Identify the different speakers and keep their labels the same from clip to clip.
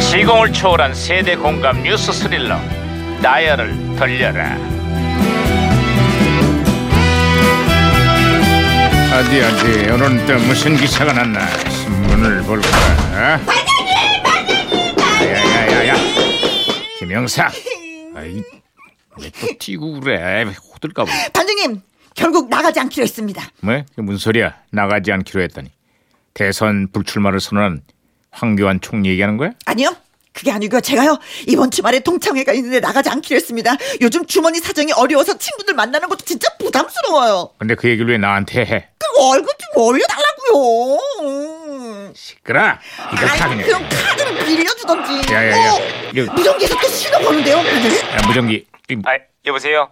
Speaker 1: 시공을 초월한 세대 공감 뉴스 스릴러 다이얼을 돌려라 어디 어디 오늘은 또 무슨 기사가 났나 신문을 볼까 반장님 반장님 야야야야 김영사 아이 왜또 튀고 그래 호들갑을
Speaker 2: 단장님 결국 나가지 않기로 했습니다.
Speaker 1: 뭐? 이게 뭔 소리야? 나가지 않기로 했더니 대선 불출마를 선언한 황교안 총리 얘기하는 거야?
Speaker 2: 아니요. 그게 아니고요. 제가요 이번 주말에 동창회가 있는데 나가지 않기로 했습니다. 요즘 주머니 사정이 어려워서 친구들 만나는 것도 진짜 부담스러워요.
Speaker 1: 근데 그 얘기를 왜 나한테 해?
Speaker 2: 그 월급 좀 올려달라고요. 음.
Speaker 1: 시끄라. 이거
Speaker 2: 아이,
Speaker 1: 다 그냥.
Speaker 2: 그럼 카드를 빌려주던지.
Speaker 1: 야, 야, 야.
Speaker 2: 어,
Speaker 1: 이거-
Speaker 2: 무전기에서 또 신호 거는데요. 네?
Speaker 1: 야, 무전기. 이-
Speaker 3: 아, 여보세요?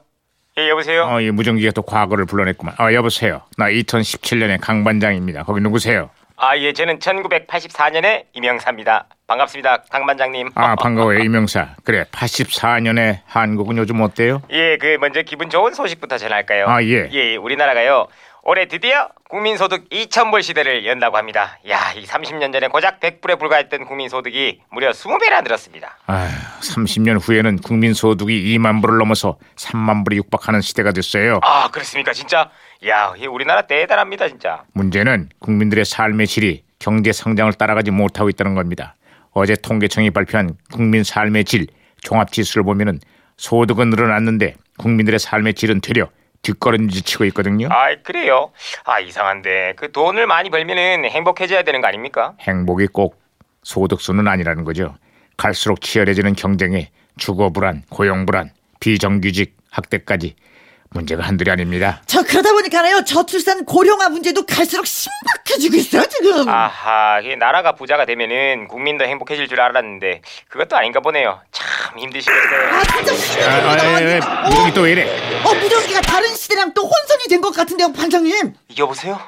Speaker 3: 예, 여보세요?
Speaker 1: 어, 이 무전기가 또 과거를 불러냈구만. 아, 여보세요. 나 2017년의 강 반장입니다. 거기 누구세요?
Speaker 3: 아, 예, 저는 1984년에 이명사입니다. 반갑습니다, 강반장님.
Speaker 1: 아, 반가워요, 이명사. 그래, 84년에 한국은 요즘 어때요?
Speaker 3: 예, 그 먼저 기분 좋은 소식부터 전할까요?
Speaker 1: 아, 예.
Speaker 3: 예, 우리나라가요. 올해 드디어 국민소득 2,000불 시대를 연다고 합니다. 야, 이 30년 전에 고작 100불에 불과했던 국민소득이 무려 20배나 늘었습니다.
Speaker 1: 아, 30년 후에는 국민소득이 2만 불을 넘어서 3만 불이 육박하는 시대가 됐어요.
Speaker 3: 아, 그렇습니까, 진짜? 야, 이 우리나라 대단합니다, 진짜.
Speaker 1: 문제는 국민들의 삶의 질이 경제 성장을 따라가지 못하고 있다는 겁니다. 어제 통계청이 발표한 국민 삶의 질 종합 지수를 보면은 소득은 늘어났는데 국민들의 삶의 질은 되려 뒷걸음질치고 있거든요.
Speaker 3: 아이, 그래요? 아, 이상한데. 그 돈을 많이 벌면은 행복해져야 되는 거 아닙니까?
Speaker 1: 행복이 꼭 소득수는 아니라는 거죠. 갈수록 치열해지는 경쟁에 주거 불안, 고용 불안, 비정규직 학대까지 문제가 한둘이 아닙니다.
Speaker 2: 저 그러다 보니까요 저출산 고령화 문제도 갈수록 심각해지고 있어요 지금.
Speaker 3: 아하, 이게 나라가 부자가 되면은 국민도 행복해질 줄 알았는데 그것도 아닌가 보네요. 참 힘드시겠어요.
Speaker 2: 아, 진짜
Speaker 1: 아,
Speaker 2: 신호가
Speaker 1: 아, 아,
Speaker 2: 나왔네.
Speaker 1: 아, 무정이 또 왜 이래?
Speaker 2: 어, 무전기가 다른 시대랑 또 혼선이 된 것 같은데요, 반장님.
Speaker 3: 여보세요?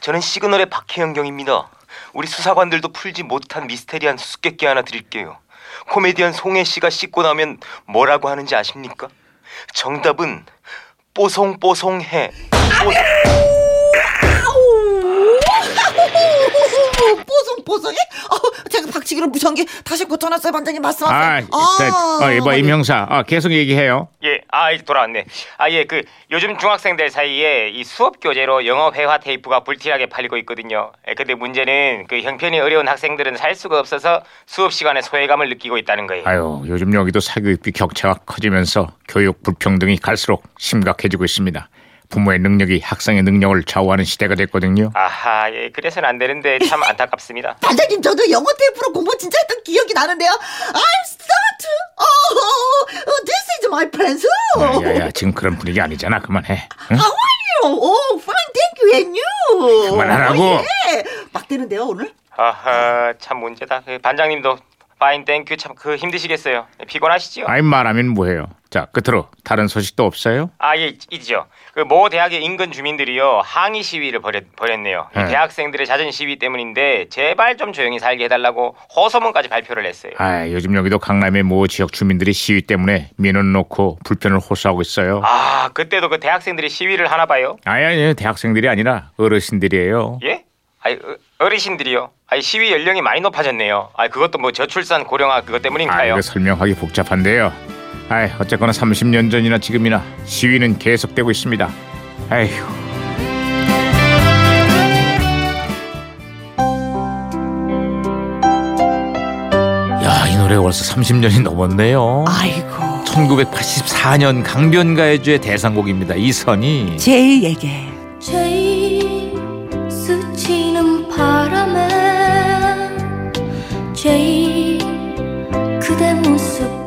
Speaker 3: 저는 시그널의 박혜영경입니다. 우리 수사관들도 풀지 못한 미스테리한 수수께끼 하나 드릴게요. 코미디언 송혜 씨가 씻고 나면 뭐라고 하는지 아십니까? 정답은 뽀송뽀송해. 뽀-
Speaker 2: 아우, 뽀송뽀송해? 어, 제가 박치기로 무전기 다시 고쳐놨어요, 반장님.
Speaker 1: 아,
Speaker 2: 말씀하세요. 어,
Speaker 1: 아, 아 이봐
Speaker 2: 맞네.
Speaker 1: 임형사, 아, 계속 얘기해요.
Speaker 3: 예, 아 이제 돌아왔네. 아 예, 그 요즘 중학생들 사이에 이 수업 교재로 영어 회화 테이프가 불티나게 팔리고 있거든요. 예, 근데 문제는 그 형편이 어려운 학생들은 살 수가 없어서 수업 시간에 소외감을 느끼고 있다는 거예요.
Speaker 1: 아유, 요즘 여기도 사교육비 격차가 커지면서 교육 불평등이 갈수록 심각해지고 있습니다. 부모의 능력이 학생의 능력을 좌우하는 시대가 됐거든요.
Speaker 3: 아하, 예, 그래서는 안 되는데 참 안타깝습니다.
Speaker 2: 반장님, 저도 영어 테이프로 공부 진짜 했던 기억이 나는데요. I'm start. Oh, oh, this is my plan. So.
Speaker 1: 아, 야, 야, 야, 지금 그런 분위기 아니잖아. 그만해. 응?
Speaker 2: How are you? Oh, fine, thank you, and you.
Speaker 1: 그만하라고.
Speaker 2: 어, 예. 막 되는데요, 오늘?
Speaker 3: 아하, 참 문제다. 그 반장님도 파인 땡큐 참 그 힘드시겠어요. 피곤하시지요?
Speaker 1: 아이 말하면 뭐해요? 자, 끝으로 다른 소식도 없어요?
Speaker 3: 아, 예, 있죠. 그 모 대학의 인근 주민들이요 항의 시위를 벌였, 벌였네요. 이
Speaker 1: 네.
Speaker 3: 대학생들의 잦은 시위 때문인데 제발 좀 조용히 살게 해달라고 호소문까지 발표를 했어요.
Speaker 1: 아, 요즘 여기도 강남의 모 지역 주민들이 시위 때문에 민원 놓고 불편을 호소하고 있어요.
Speaker 3: 아, 그때도 그 대학생들이 시위를 하나 봐요.
Speaker 1: 아니, 아니, 대학생들이 아니라 어르신들이에요.
Speaker 3: 예? 아이 어- 어르신들이요. 아이 시위 연령이 많이 높아졌네요. 아, 그것도 뭐 저출산 고령화 그것
Speaker 1: 아,
Speaker 3: 때문인가요?
Speaker 1: 이거 설명하기 복잡한데요. 아이, 어쨌거나 30년 전이나 지금이나 시위는 계속되고 있습니다. 아휴. 야, 이 노래 벌써 30년이 넘었네요.
Speaker 2: 아이고.
Speaker 1: 1984년 강변가요제 대상곡입니다. 이선희.
Speaker 2: 제이에게.
Speaker 4: 제일 스치는 바람에 제일 그대 모습